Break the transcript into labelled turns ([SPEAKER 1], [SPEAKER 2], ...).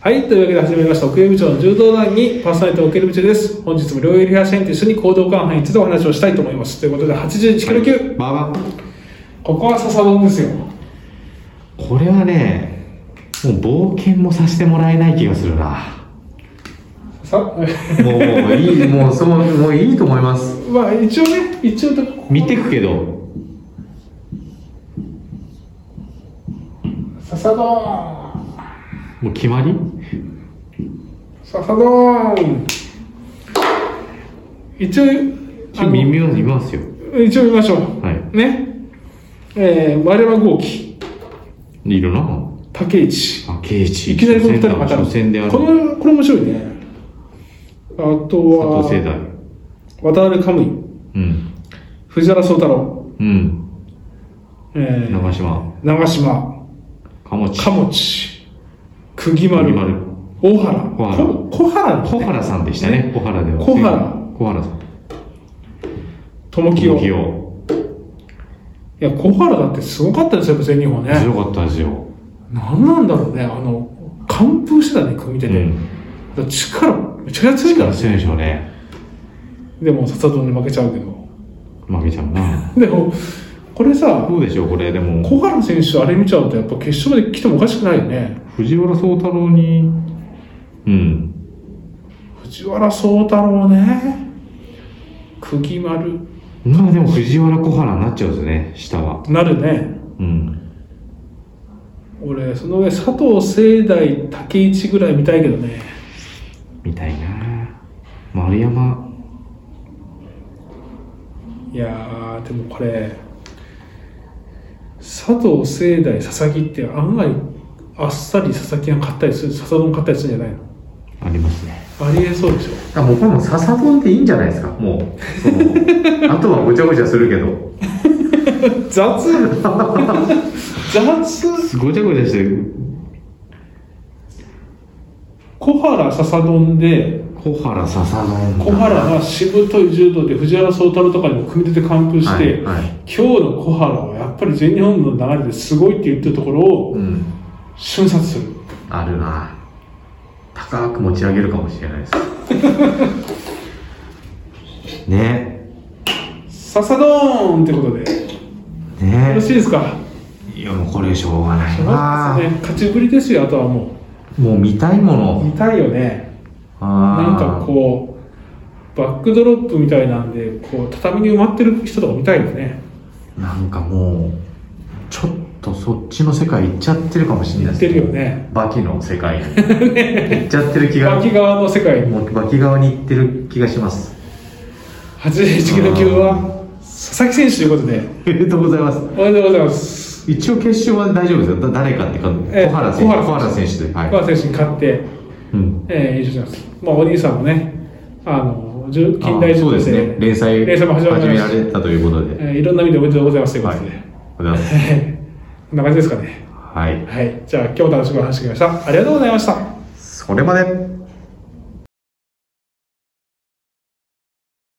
[SPEAKER 1] はい、というわけで始まりました、奥江部長の柔道団にパーソナリティ奥江部長です。本日も両襟リハシェンと一緒に行動緩犯についてお話をしたいと思います。ということで、81キロ級、
[SPEAKER 2] まあ、
[SPEAKER 1] ここは笹丼ですよ。
[SPEAKER 2] これはね、もう冒険もさせてもらえない気がするな。
[SPEAKER 1] さ
[SPEAKER 2] もういい、もうそう、もういいと思います。
[SPEAKER 1] まあ、一応ね、一応と、
[SPEAKER 2] 見てくけど、
[SPEAKER 1] 笹丼
[SPEAKER 2] もう決まり
[SPEAKER 1] 笹丼一応、
[SPEAKER 2] ちょ耳を見ますよ。
[SPEAKER 1] 一応見ましょう。
[SPEAKER 2] はい
[SPEAKER 1] ね。えー、丸山豪輝、
[SPEAKER 2] いるな。
[SPEAKER 1] 竹内。
[SPEAKER 2] あ、ケイチ。
[SPEAKER 1] いきなりこの二人の方。
[SPEAKER 2] 初戦である。
[SPEAKER 1] この、これ面白いね。あと
[SPEAKER 2] 佐
[SPEAKER 1] は、
[SPEAKER 2] 藤世代。
[SPEAKER 1] 渡辺カムイ、
[SPEAKER 2] うん。
[SPEAKER 1] 藤原聡太郎、
[SPEAKER 2] うん。
[SPEAKER 1] えー
[SPEAKER 2] 長島。
[SPEAKER 1] 長島、
[SPEAKER 2] かもち。
[SPEAKER 1] 鴨地、釘丸、
[SPEAKER 2] 釘丸
[SPEAKER 1] 大原、
[SPEAKER 2] 小原
[SPEAKER 1] こ小原のね
[SPEAKER 2] 小原さんでしたね。小原では。
[SPEAKER 1] 小原
[SPEAKER 2] 小原さん。
[SPEAKER 1] 友
[SPEAKER 2] 清
[SPEAKER 1] 清。いや、小原だってすごかったですよ、全日本ね。
[SPEAKER 2] 強かったですよ。
[SPEAKER 1] なんなんだろうね、あの、完封してたね、組み手
[SPEAKER 2] う
[SPEAKER 1] で。
[SPEAKER 2] ん。
[SPEAKER 1] だから力、めちゃくちゃ強いんだ
[SPEAKER 2] 強
[SPEAKER 1] ろ
[SPEAKER 2] いう
[SPEAKER 1] ね。
[SPEAKER 2] でしょうね。
[SPEAKER 1] でも、笹丼に負けちゃうけど。
[SPEAKER 2] 負けちゃうな。
[SPEAKER 1] でも、これさ、
[SPEAKER 2] どうでしょう、これ。でも。
[SPEAKER 1] 小原選手、あれ見ちゃうと、やっぱ決勝まで来てもおかしくないよね。
[SPEAKER 2] 藤原宗太郎に、うん、
[SPEAKER 1] 藤原宗太郎ね、釘丸、
[SPEAKER 2] まあでも藤原小原になっちゃうんですよね、下は。
[SPEAKER 1] なるね。
[SPEAKER 2] うん。
[SPEAKER 1] 俺、その上、佐藤聖大、竹市ぐらい見たいけどね。
[SPEAKER 2] みたいな。丸山、
[SPEAKER 1] いやー、でもこれ、佐藤聖大、佐々木って案外、あっさり佐々木が勝ったりする、笹丼勝ったりするんじゃないの
[SPEAKER 2] ありますね。
[SPEAKER 1] ありえそうでしょ。
[SPEAKER 2] あ、もうこの笹丼っていいんじゃないですか、もう。 あとはごちゃごちゃするけど。
[SPEAKER 1] 雑雑
[SPEAKER 2] ごちゃごちゃしてる。
[SPEAKER 1] 小原笹丼で、
[SPEAKER 2] 小原笹丼。
[SPEAKER 1] 小原はしぶとい柔道で藤原宗太郎とかにも組み手で完封して、
[SPEAKER 2] はいはい
[SPEAKER 1] 今日の小原はやっぱり全日本の流れですごいって言ってるところを
[SPEAKER 2] うん。
[SPEAKER 1] 瞬殺する
[SPEAKER 2] あるな。高く持ち上げるかもしれないです。 ね。
[SPEAKER 1] 笹ドーンってことでよろ
[SPEAKER 2] ね
[SPEAKER 1] しいですか
[SPEAKER 2] いやもうこれしょうがないな。
[SPEAKER 1] ね勝ちぶりですよあとはも
[SPEAKER 2] もう見たいも
[SPEAKER 1] う
[SPEAKER 2] の。
[SPEAKER 1] 見たいよねなん
[SPEAKER 2] あー
[SPEAKER 1] かこうバックドロップみたいなんでこう畳に埋まってる人とか見たいよね
[SPEAKER 2] なんかもう、ちょっとそっちの世界行っちゃってるかもしれない
[SPEAKER 1] 言っ
[SPEAKER 2] です
[SPEAKER 1] てるよ。ね
[SPEAKER 2] バキの世 界に。行っちゃってる気が、
[SPEAKER 1] 脇側の世界に
[SPEAKER 2] もうバキ側に行ってる気がします。
[SPEAKER 1] 81キロ級は佐々木選手ということで
[SPEAKER 2] おめでとうございます。
[SPEAKER 1] おめでとうございます
[SPEAKER 2] 一応決勝は大丈夫ですよ。だ誰かってか、
[SPEAKER 1] え
[SPEAKER 2] 小原選手。
[SPEAKER 1] 小原
[SPEAKER 2] 小原
[SPEAKER 1] 選
[SPEAKER 2] 選手で。
[SPEAKER 1] 小
[SPEAKER 2] はい。
[SPEAKER 1] 原選手に勝って
[SPEAKER 2] うん。
[SPEAKER 1] えー、優勝します。まあ、お兄さんもね、あの、じゅ近代
[SPEAKER 2] あー
[SPEAKER 1] 柔
[SPEAKER 2] そ
[SPEAKER 1] 道
[SPEAKER 2] う
[SPEAKER 1] で
[SPEAKER 2] ですね。連載
[SPEAKER 1] 連載も始まり
[SPEAKER 2] 始
[SPEAKER 1] ま
[SPEAKER 2] め
[SPEAKER 1] した
[SPEAKER 2] られたということで。
[SPEAKER 1] えーいろんな意味でおめでとうございますというこ
[SPEAKER 2] はい。あ
[SPEAKER 1] と
[SPEAKER 2] り
[SPEAKER 1] で、
[SPEAKER 2] がとうございます。
[SPEAKER 1] こんな感じですかね。
[SPEAKER 2] はい。
[SPEAKER 1] はい。じゃあ、今日も楽しくお話ししてきました。ありがとうございました。
[SPEAKER 2] それまで。